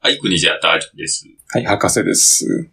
はい、国じゃったあるです。はい、博士です。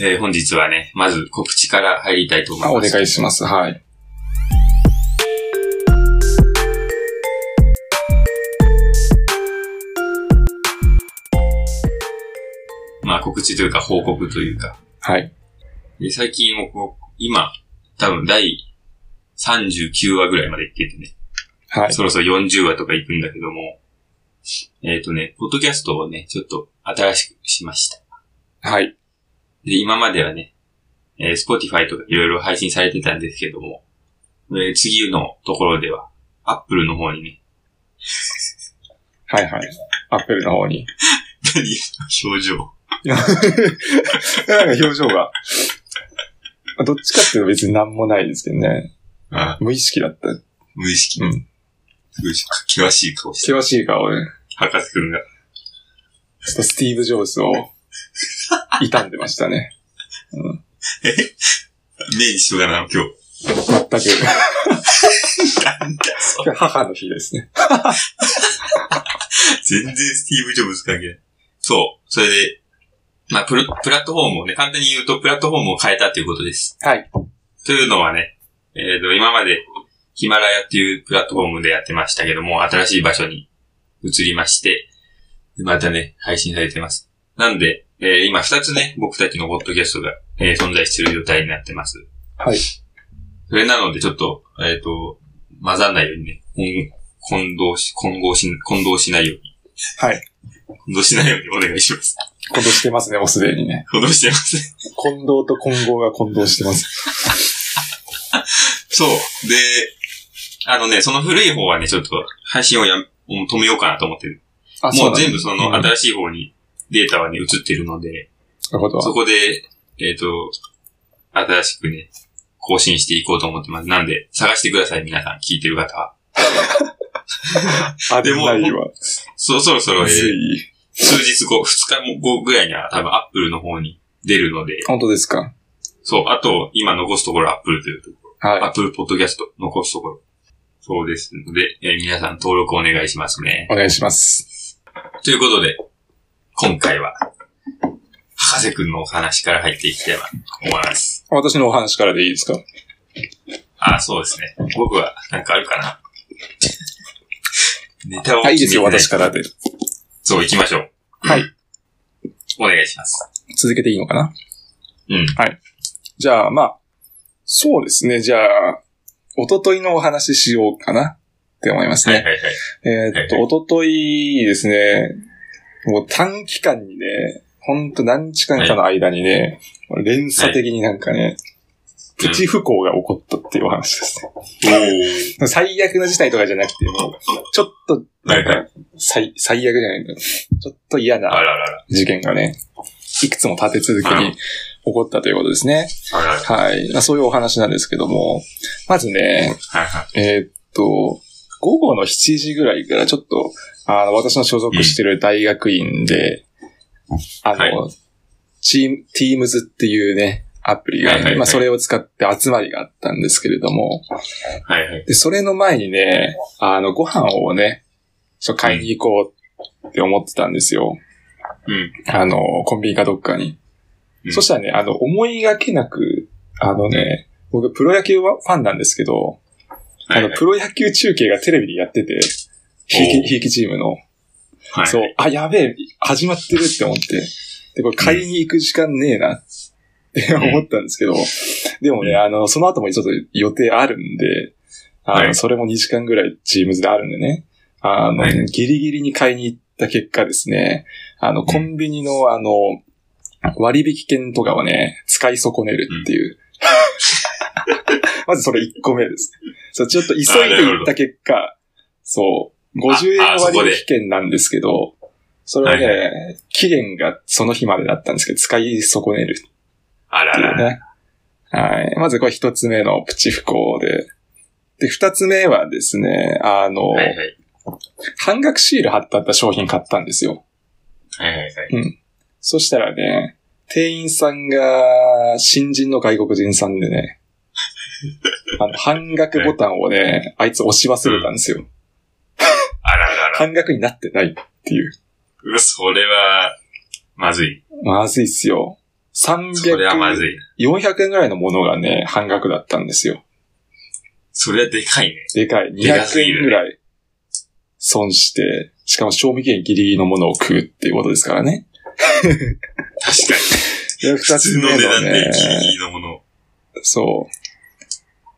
えー本日はね、まず告知から入りたいと思いあ、ます。お願いします。はい。まあ告知というか報告というか。はい。で最近もこう、今、多分第39話ぐらいまで行っててね、はい。そろそろ40話とか行くんだけども、えっ、とね、ポッドキャストをね、ちょっと新しくしました。はい。で、今まではね、えー Spotify とかいろいろ配信されてたんですけども、えー次のところでは、Apple の方にね、 はいはい。アップルの方に。何表情。なんか表情が。どっちかっていうと別に何もないですけどね。あ無意識だった。無意識。うん無意識。険しい顔してる。険しい顔で、博士くんが。ちょっとスティーブ・ジョ ブズを傷んでましたね。目一緒だな、今日。全く。なんだそ今日母の日ですね。れ全然スティーブ・ジョブズ関係ない。そう。それで、まあプロ、プラットフォームをね、簡単に言うと、プラットフォームを変えたっていうことです。はい。というのはね、えっ、と、今まで、ヒマラヤっていうプラットフォームでやってましたけども、新しい場所に移りまして、でまたね、配信されてます。なんで、えー今二つね、僕たちのポッドキャストが、えー存在している状態になってます。はい。それなので、ちょっと、えっ、と、混ざんないようにね、混混同し、混合し、混同しないように。はい。混同しないようにお願いします。 混同してますね、もうすでにね。混同してません。混同と混合が混同してます。そう。で、あのね、その古い方はね、ちょっと配信をや、もう止めようかなと思ってる。あ、もうなんだ全部そのうんな新しい方にデータはね、移ってるので、るほど。そこで、えっ、と、新しくね、更新していこうと思ってます。なんで、探してください、皆さん、聞いてる方は。あ、ででももないわ。そう、そろそろ、えーつい。数日後、2日後ぐらいには多分 Apple の方に出るので、本当ですかそう、あと、今残すところ Apple というところ、は Apple Podcast 残すところ。そうですので、えー皆さん登録お願いしますね。い。お願いします。ということで、今回は、博士くんのお話から入っていきたいと思います。私のお話からでいいですかああ、そうですね。僕は、なんかあるかな。 ネタをはい、いいですよ、決めて私からで。そう、行きましょう。はい。お願いします。続けていいのかなうん。じゃあ、まあ、そうですね、じゃあ、おとといのお話ししようかなって思いますはいはいね。はい。えーっと、おとといですね、もう短期間にね、ほんと何時間かの間にね、連鎖的になんかね、プチ不幸が起こったっていうお話ですね。最悪の事態とかじゃなくて、もうちょっと、なんはいか、最、最悪じゃないんだちょっと嫌おー。なあらららら。事件がね、いくつも立て続けに起こったということですね。あらら。はい。まあ、そういうお話なんですけども、まずね、はいはい。えーっと、午後の7時ぐらいからちょっと、あの、私の所属してる大学院で、あの、チーム、Teams っていうね、アプリがあるんで、はいはいはいまあ、それを使って集まりがあったんですけれども、はいはい。で、それの前にね、あの、ご飯をね、ちょっと買いに行こうって思ってたんですよ。うん。あの、コンビニかどっかに。うんそしたらね、あの、思いがけなく、あのね、僕、プロ野球はファンなんですけはいど、あはの、い。プロ野球中継がテレビでやってて、ひいき、ひいきチームの。はいそう、あ、やべえ、始まってるって思って。で、これ買いに行く時間ねえなってん思ったんですけど、でもね、あの、その後もちょっと予定あるんで、あはの、いそれも2時間ぐらいチームズであるんでね、あの、はギリギリに買いに行った結果ですね、あの、コンビニのあの、割引券とかをね、使い損ねるっていう。 まずそれ1個目です。そう、ちょっと急いで行った結果、そう、50円ああそこで割引券なんですけど、それはね、はい期限がその日までだったんですけど、使い損ねるっあらていらうら。ね。はい。まずこれ一つ目のプチ不幸で。で、二つ目はですね、あの、はいはい。半額シール貼ってあった商品買ったんですよ。はいはいはい。そしたらね、店員さんが新人の外国人さんでね、あの、半額ボタンをね、あいつ押し忘れたんですよ。あららら。半額になってないっていう。うわそれは、まずい。まずいっすよ。それはま300、ずい。 400円ぐらいのものがね、半額だったんですよ。それはでかいね。でかい。でかす200ぎる円ぐらい損して、しかも賞味期限ギリギリのものを食うっていうことですからね。確かに。で、普二通つの目値の段でね、ギリギリのもの。そ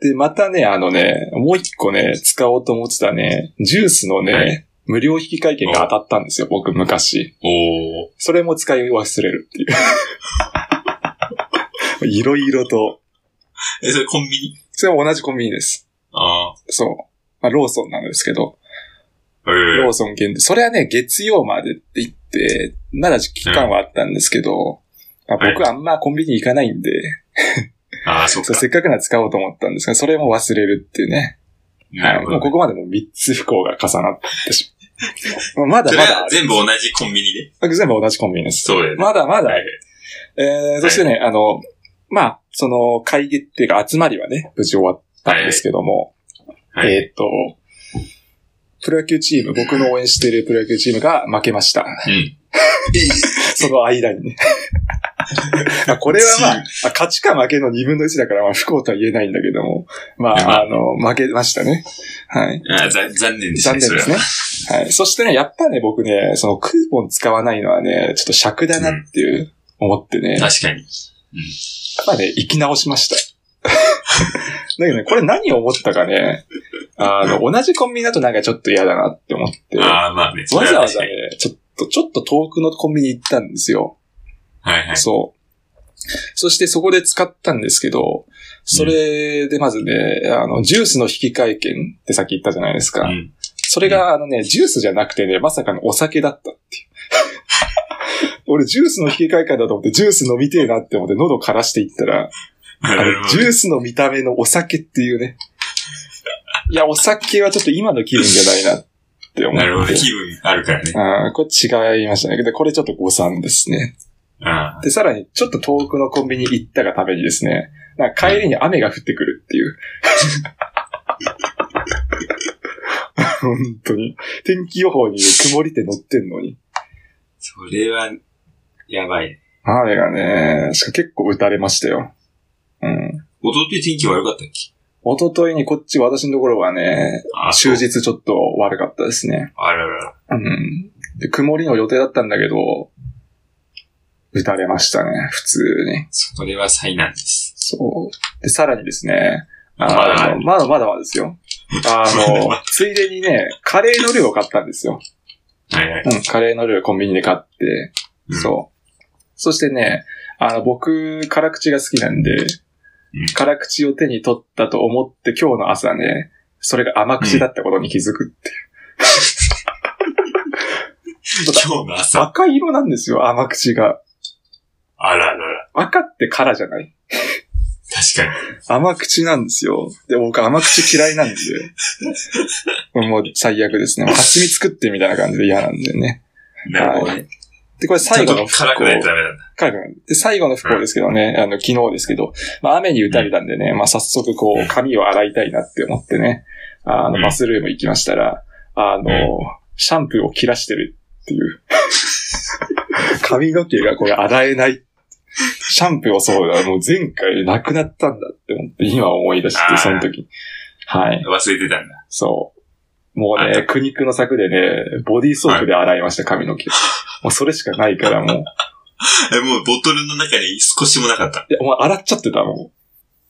う。で、またね、あのね、もう一個ね、使おうと思ってたね、ジュースのね、はい無料引換券が当たったんですよ、僕昔。おー。それも使い忘れるって いう。いろいろと。え、それコンビニそれも同じコンビニです。ああ。そう。まあ、ローソンなんですけど、ええローソン限定。それはね、月曜までって言って、まだ期間はあったんですけど、まあ、僕あんまコンビニ行かないんで、ああ、そっそかう。せっかくなら使おうと思ったんですが、それも忘れるっていうね。なはい。るほもうど。ここまでもう3つ不幸が重なってし まう。まだそまれだはある。全部同じコンビニで。全部同じコンビニです。そうだよね。まだまだあはいる。えー、そしてね、あの、まあ、その会議っていうか集まりはね、無事終わったんですけども、はい。えーっと、プロ野球チーム、僕の応援しているプロ野球チームが負けました。うん。 その間にね。まあこれはまあチーム、あ勝ちか負けの2分の1だから、まあ、不幸とは言えないんだけども、まいやまあ、ああの、負けましたね。はい。ああざ残念です残ね、そ念でれはす。ね。はい。そしてね、やっぱね、僕ね、そのクーポン使わないのはね、ちょっと尺だなっていう、思ってね、確かに。まあね、生き直しました。だけどね、これ何を思ったかね、あの、同じコンビニだとなんかちょっと嫌だなって思って、わああ、まあね。それざはわ確ざかねに。、ちょっと、ちょっと遠くのコンビニ行ったんですよ。はいはい。そう。そしてそこで使ったんですけど、それでまずね、あの、ジュースの引換券ってさっき言ったじゃないですか。うん。それが、あのね、ジュースじゃなくてね、まさかのお酒だったっ ていう。俺、ジュースの引き換え会だと思って、ジュース飲みてえなって思って、喉枯らしていったら、あ なるの、ほジどュースの見た目のお酒っていうね。いや、お酒はちょっと今の気分じゃないなって思なるほっど。て。気分あるからね。ああ、これ違いましたね。で、これちょっと誤算ですね。ああ。で、さらに、ちょっと遠くのコンビニ行ったがためにですね、なんか帰りに雨が降ってくるっていう。本当に。天気予報に曇りって乗ってんのに。それは、やばい。雨がね、しか結構打たれましたよ。うん。おととい天気悪かったっけ一昨日にこっち私のところはね、ああ、そう終日ちょっと悪かったですね。あららら。うん。で、曇りの予定だったんだけど、打たれましたね、普通に。それは災難です。そう。で、さらにですね、あまだあの、まだまだまだですよ。あの、ついでにね、カレーの量を買ったんですよ。はいはい。うん、カレーの量をコンビニで買って、うんそう。そしてね、あの、僕、辛口が好きなんで、辛口を手に取ったと思って今日の朝ね、それが甘口だったことに気づくっていう。今日の朝。赤色なんですよ、甘口が。あららら。赤って辛じゃない確かに。甘口なんですよ。で、僕甘口嫌 いなんで。もう最悪ですね。もう蜂蜜作ってみたいな感じで嫌なんでね。なるほどね。で、これちょ最っ後のと不幸。辛くないとダメなんだ。辛くないで、最後の不幸ですけどね、あの、昨日ですけど、まあ雨に打たれたんでね、まあ早速こうんう、髪を洗いたいなって思ってね、あうんの、バスルーム行きましたら、あの、シャンプーを切らしてるっていう。 髪の毛がこれ洗えない。シャンプーをそうだ、もう前回なくなったんだって思って、今思い出しあーて、その時。はい。忘れてたんだ。そう。もうね、苦肉の策でね、ボディーソープで洗いました、髪の毛。もうそれしかないから、もう。え、もうボトルの中に少しもなかった。いや、もう洗っちゃってたもん。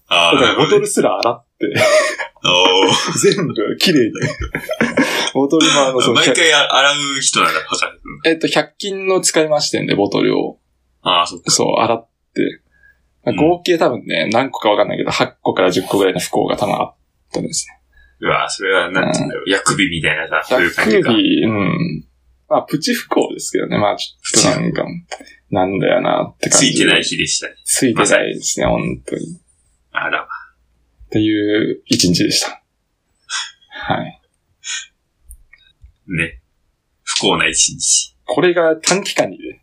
あだあ、なからるほボどトね。ルすら洗って、 おー全部綺麗に。ボトルもあの、その、毎100回あ洗う人なんだ、パカ君。えっと、100均の使いましてんで、ボトルを。ああ、そっか。そう、洗って。まあうん合計多分ね、何個かわかんないけど、8個から10個ぐらいの不幸が多分あったんですね。うわそれは、なんていうんだろう。薬味みたいなさ、そういう感じ100か。ビうん。まあ、プチ不幸ですけどね。まあ、ちょっとなんか、なんだよなって感つじ。いてない。日でしたね。ついてないですね、本当に。あら。っていう一日でした。はい。ね。不幸な一日。これが短期間にね、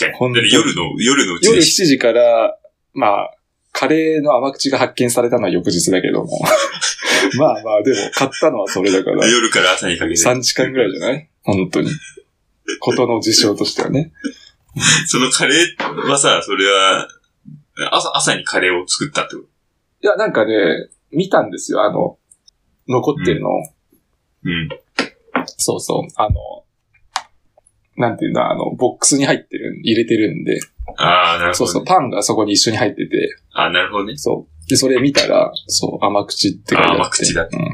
確かほに。んだとって夜の、夜のうち夜でし7時から、まあ、カレーの甘口が発見されたのは翌日だけ ども。まあまあ、でも買ったのはそれだかょら、夜から朝にかけて。 3時間ぐらいじゃない本当に。ことの事象としてはね。そのカレーはさ、それは、朝、朝にカレーを作ったってこといや、なんかね、見たんですよ、あの、残ってるのを。うん。そうそう。あの、なんていうんだ、あの、ボックスに入ってる、入れてるんで、ああ、なるほど、ね。そうそう、パンがそこに一緒に入ってて、あなるほどね。そう。で、それ見たら、そう、甘口って書いてあって。あ甘口だっうん。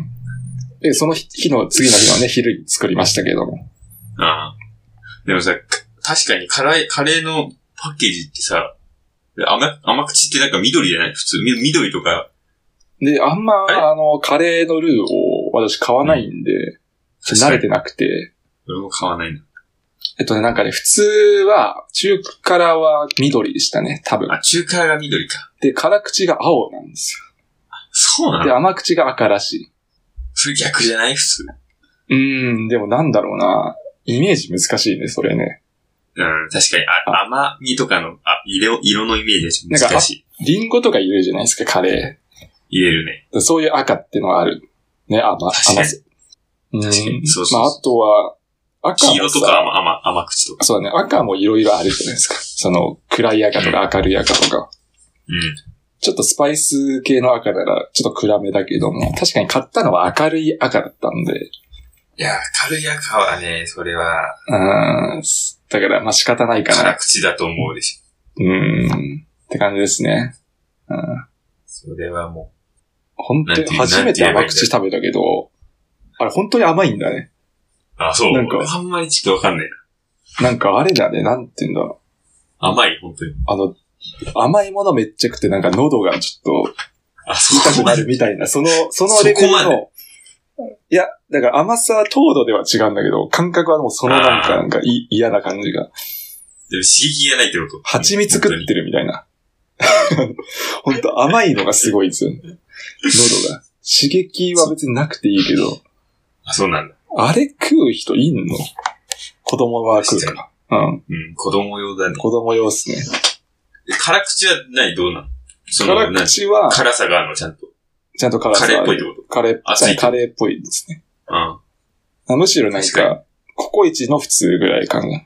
で、その日日の、次の 日はね、昼に作りましたけども。ああ。でもさ、か確かに辛い、カレーのパッケージってさ、甘、甘口ってなんか緑じゃない普通。み緑とか、で、あんま、えあの、カレーのルーを私買わないんで、慣れてなくて、俺も買わないな。えっとね、なんかね、普通は、中辛は緑でしたね、多分。あ、中華が緑か。で、辛口が青なんですそうよ。なで、の甘口が赤らしい。それ逆じゃない普通。うーん、でもなんだろうな。イメージ難しいね、それね。うん、確かに、あ甘みとかの、あ、色、色のイメージはちょっと難しい。リンゴとか入れるじゃないですか、カレ入れるね。ー。そういう赤ってのはある。ね、甘、甘確かにさ。う確かんにそうそうそうまあ、あとは、赤もさ黄色とか甘、甘、甘口とか。そうだね、赤もいろいろあるじゃないですか。その、暗い赤とか明るい赤とか。うん。ちょっとスパイス系の赤なら、ちょっと暗めだけども、確かに買ったのは明るい赤だったんで、いや、軽い赤はね、それは、うーん、すだから、まあ仕方ないか辛な。口だと思うでしょ。うーん、って感じですね。うん、それはも本当なんにていう初めてなんて言えばい甘いんだ口食べたけど、あれ本当に甘いんだね。う。あ、そう。なんかあんまりちょっとわかんないな。なんかあれだね、なんて言うんだろ甘い、本当にう。。あの、甘いものめっちゃ食ってなんか喉がちょっとあ、痛そうく なるみたいな、その、そのレベルその、いや、だから甘さ、糖度では違うんだけど、感覚はもうそのなんか、あーなんかい嫌な感じが。でも刺激がないってこと。蜂蜜食ってるみたいな。 本当甘いのがすごいですよね。喉が。刺激は別になくていいけど、あ、そうなんだ。あれ食う人いんの子供は食うから。うん。うん、子供用だね。子供用っすね。で辛口はないどうなのその辛なん口は、辛さがあるの、ちゃんと。ちゃんと辛さカレーっぽいってあること。カレーあ、つはいいてカる。レーっぽいですね。うん。ああむしろなん確かか、ココイチの普通ぐらいかな。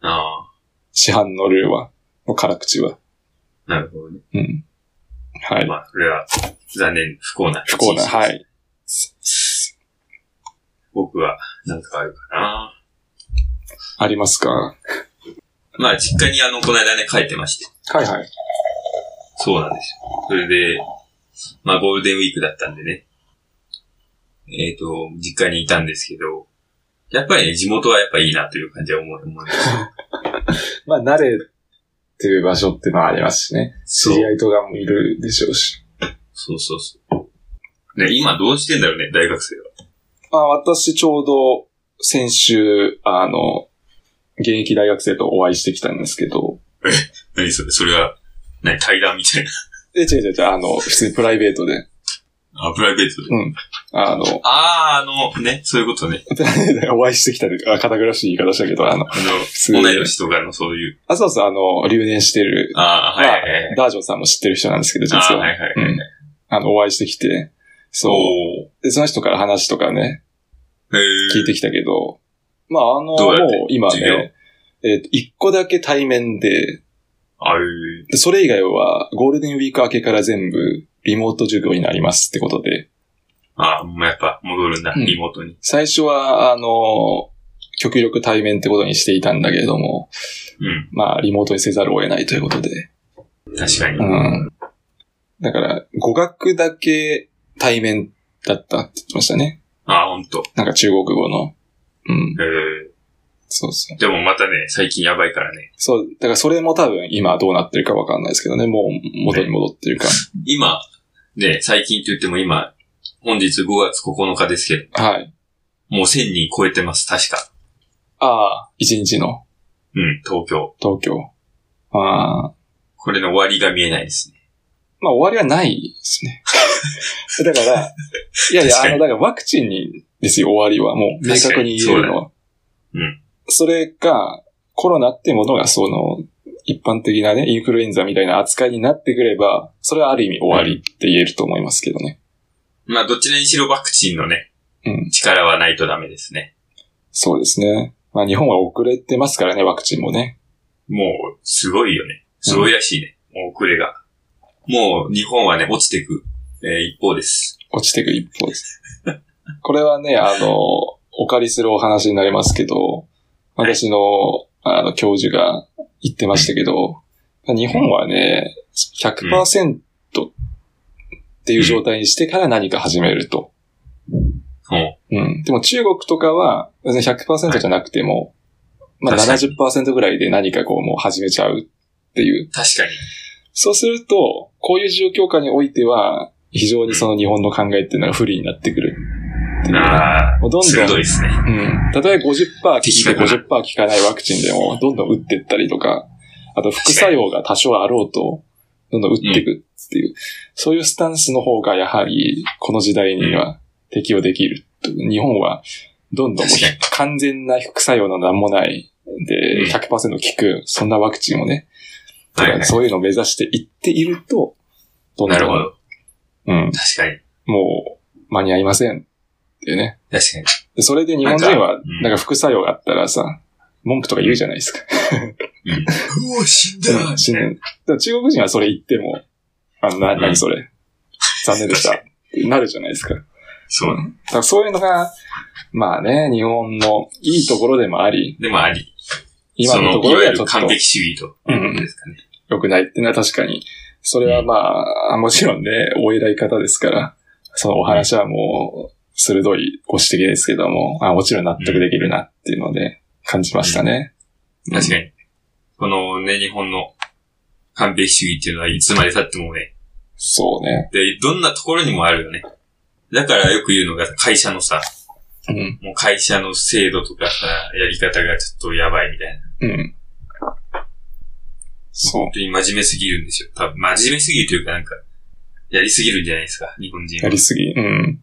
あ市販のルーは。の辛口は。ー、なるほどね。うん。はい。まあ、それは、残念、不幸な。。不幸な、はいい。僕は、なんかあるかな。ありますかはまあ、実家にあの、この間ね、帰ってまして。いはい。そうなんですよ。それで、まあ、ゴールデンウィークだったんでね。えっ、と、実家にいたんですけど、やっぱりね、地元はやっぱいいなという感じは思う、思います。まあ、慣れてる場所ってのはありますしね。知そうり合いとかもいるでしょうし。そうそうそう。ね、今どうしてんだろうね、大学生は。まあ、私ちょうど先週、あの、現役大学生とお会いしてきたんですけど、何それそれは、何対談みたいな。え、違う違う違う、あの、普通にプライベートで、あ、プライベートで。あの、 ああ、あの、ね、そういうことね。プライベートでお会いしてきたで、あ、堅苦しい言い方したけど、あの、あすの、同い年とかのそういう。あ、そうそう、あの、留年してる、ああ、はいはいはい。ダージョンさんも知ってる人なんですけど、実ああ、はは。いはい。うん。あの、お会いしてきて、そう。おで、その人から話とかね、ー。へ聞いてききたけど、まあ、あの、どうやってもう今授業ね、えっ、と、一個だけ対面で、ある。でそれ以外はゴールデンウィーク明けから全部リモート授業になりますってことで、ああ、もうやっぱ戻るんだ、うんリモートに。最初は、あの、極力対面ってことにしていたんだけれども、うん。まあ、リモートにせざるを得ないということで、確かに。うん。だから、語学だけ対面だったって言ってましたね。ああ、ほんと。なんか中国語の。うん。へえそうそう。でもまたね、最近やばいからね。そう、だからそれも多分今どうなってるかわかんないですけどね、もう元に戻ってるか。今、ね、最近と言っても今、本日5月9日ですけど、はい。もう1000人超えてます、確か。ああ、一日のうん、東京。東京。ああ、これの終わりが見えないですね。まあ終わりはないで すね。だから、いやいや、確あかにの、だからワクチンにですよ、終わりは。もう明確に言えるのは。そうだねうん。それが、コロナってものが、その、一般的なね、インフルエンザみたいな扱いになってくれば、それはある意味終わりって言えると思いますけどね。まあ、どちらにしろワクチンのね、うん。力はないとダメですね。そうですね。まあ日本は遅れてますからね、ワクチンもね。もう、すごいよね。すごいらしいね。もう遅れが。もう、日本はね、落ちていく、えー一方です。落ちていく一方です。これはね、あの、お借りするお話になりますけど、私の、あの、教授が言ってましたけど、日本はね、100%っていう状態にしてから何か始めると。うん。うん。でも中国とかは、別に100%じゃなくても、まあ確かに70%ぐらいで何かこうもう始めちゃうっていう。確かに。そうすると、こういう状況下においては、非常にその日本の考えっていうのが不利になってくるっていう。あもうどあ、んどん鋭いですね。うん。たとえば50%効いて的確50%効かないワクチンでも、どんどん打ってったりとか、あと副作用が多少あろうと、どんどん打っていくっていう、そういうスタンスの方がやはり、この時代には適用できると。日本は、どんどんもう確かに完全な副作用のなんもない、うで、ん100%効く、そんなワクチンをね、とはい、はかい。そういうのを目指していっていると、どんどんなるほど。うん、確かに。もう、間に合いません。っていうね。確かに。でそれで日本人なんはかうん、なんか副作用があったらさ、文句とか言うじゃな いですか。うお、死んうん死ぬ。でも中国人はそれ言っても、あの、な、うんなにそれ。残念でした。ってなるじゃないですか。だそう。からそういうのが、まあね、日本のいいところでもあり、でもあり。今のとそころいでわゆはちるょっと完璧主義ということですかね。良くないっていうのは確かに、それはまあ、もちろんね、お偉い方ですから、そのお話はもう、鋭いご指摘ですけども、あもちろん納得できるなっていうので、感じましたね。うん確かに。このね、日本の完璧主義っていうのはいつまで経ってもね、そうね。で、どんなところにもあるよね。だからよく言うのが会社のさ、うん。もう会社の制度とかさ、やり方がちょっとやばいみたいな。うん。そう本。当に真面目すぎるんですよ。多分真面目すぎるというかなんか、やりすぎるんじゃないですか、日本人は。やりすぎ。うん。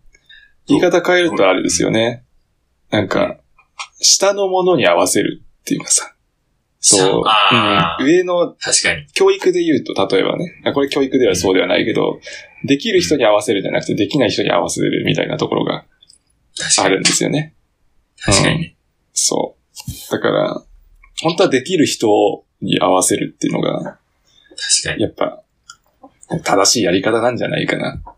言い方変えるとあれですよね。なんか、下のものに合わせるっていうかさ。そう。あーうん、上の確かに。教育で言うと、例えばね、あこれ教育ではそうではないけど、できる人に合わせるじゃなくて、できない人に合わせるみたいなところが確あかるんに。ですよね。確かにね。そう。だから、本当はできる人に合わせるっていうのが、確かに。やっぱ、正しいやり方なんじゃないかな。っ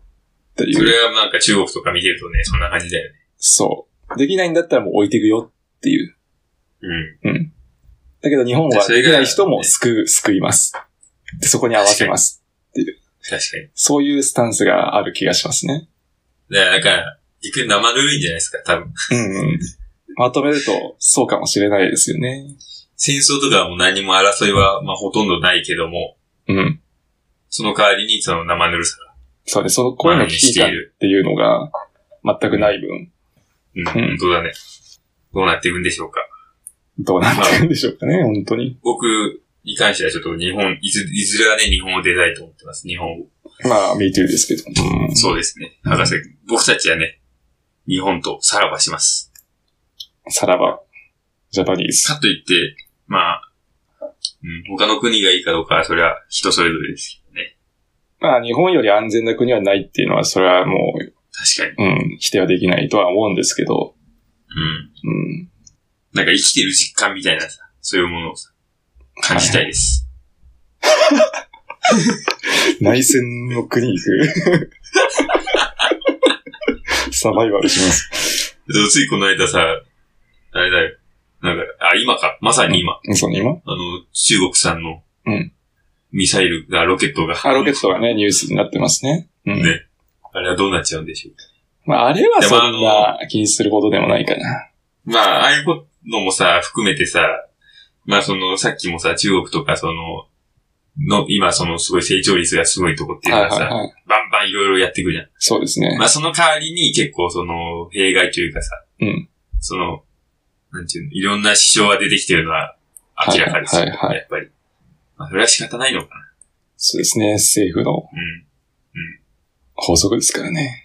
ていうそ。れはなんか中国とか見てるとね、そんな感じだよね。そう。できないんだったらもう置いていくよっていう。うん。だけど日本ではそれでがきない人も救う、救います。で、そこに合わせます。確かに。そういうスタンスがある気がしますね。だから、だから、いく生ぬるいんじゃないですか、多分。うん、うん。まとめると、そうかもしれないですよね。戦争とかはもう何も争いは、まあほとんどないけども、うん。その代わりにその生ぬるさが。そうね、その、こういうの危機感っていうのが全くない分、うん、うん本当だね。どうなっていくんでしょうか。どうなってるんでしょうかね、本当に。僕に関してはちょっと日本、いずいずれはね、日本を出たいと思ってます。日本を。まあ、MeToo ですけど。うんそうですね。博士、僕たちはね、日本とさらばします。さらば、ジャパニーズ。かといって、まあ、うん、他の国がいいかどうかは、それは人それぞれですけどね。まあ、日本より安全な国はないっていうのは、それはもう、確かに。うん、否定はできないとは思うんですけど、うん。うん。なんか生きてる実感みたいなさ、そういうものをさ、感じたいです。内戦の国に行く。 サバイバルします。でついこの間さ、あれだよ。なんか、あ、今か。まさに今。その今あの、中国産の、うんミサイルが、ロケットが。あ、ロケットがね、ニュースになってますね。うん。ねあれはどうなっちゃうんでしょうか。まあ、あれはそんでもな気にすることでもないかな。まあ、ああいうのもさ、含めてさ、まあその、さっきもさ、中国とかその、の、今そのすごい成長率がすごいとこっていうのははいさ、はいはい。バンバンいろいろやっていくじゃん。そうですね。 まあその代わりに結構その、弊害というかさ、うんその、なんていうの、いろんな支障が出てきてるのは明らかですよ、はいはいはいやっぱり。まあそれは仕方ないのかな。そうですね。政府のうん。法則ですからね。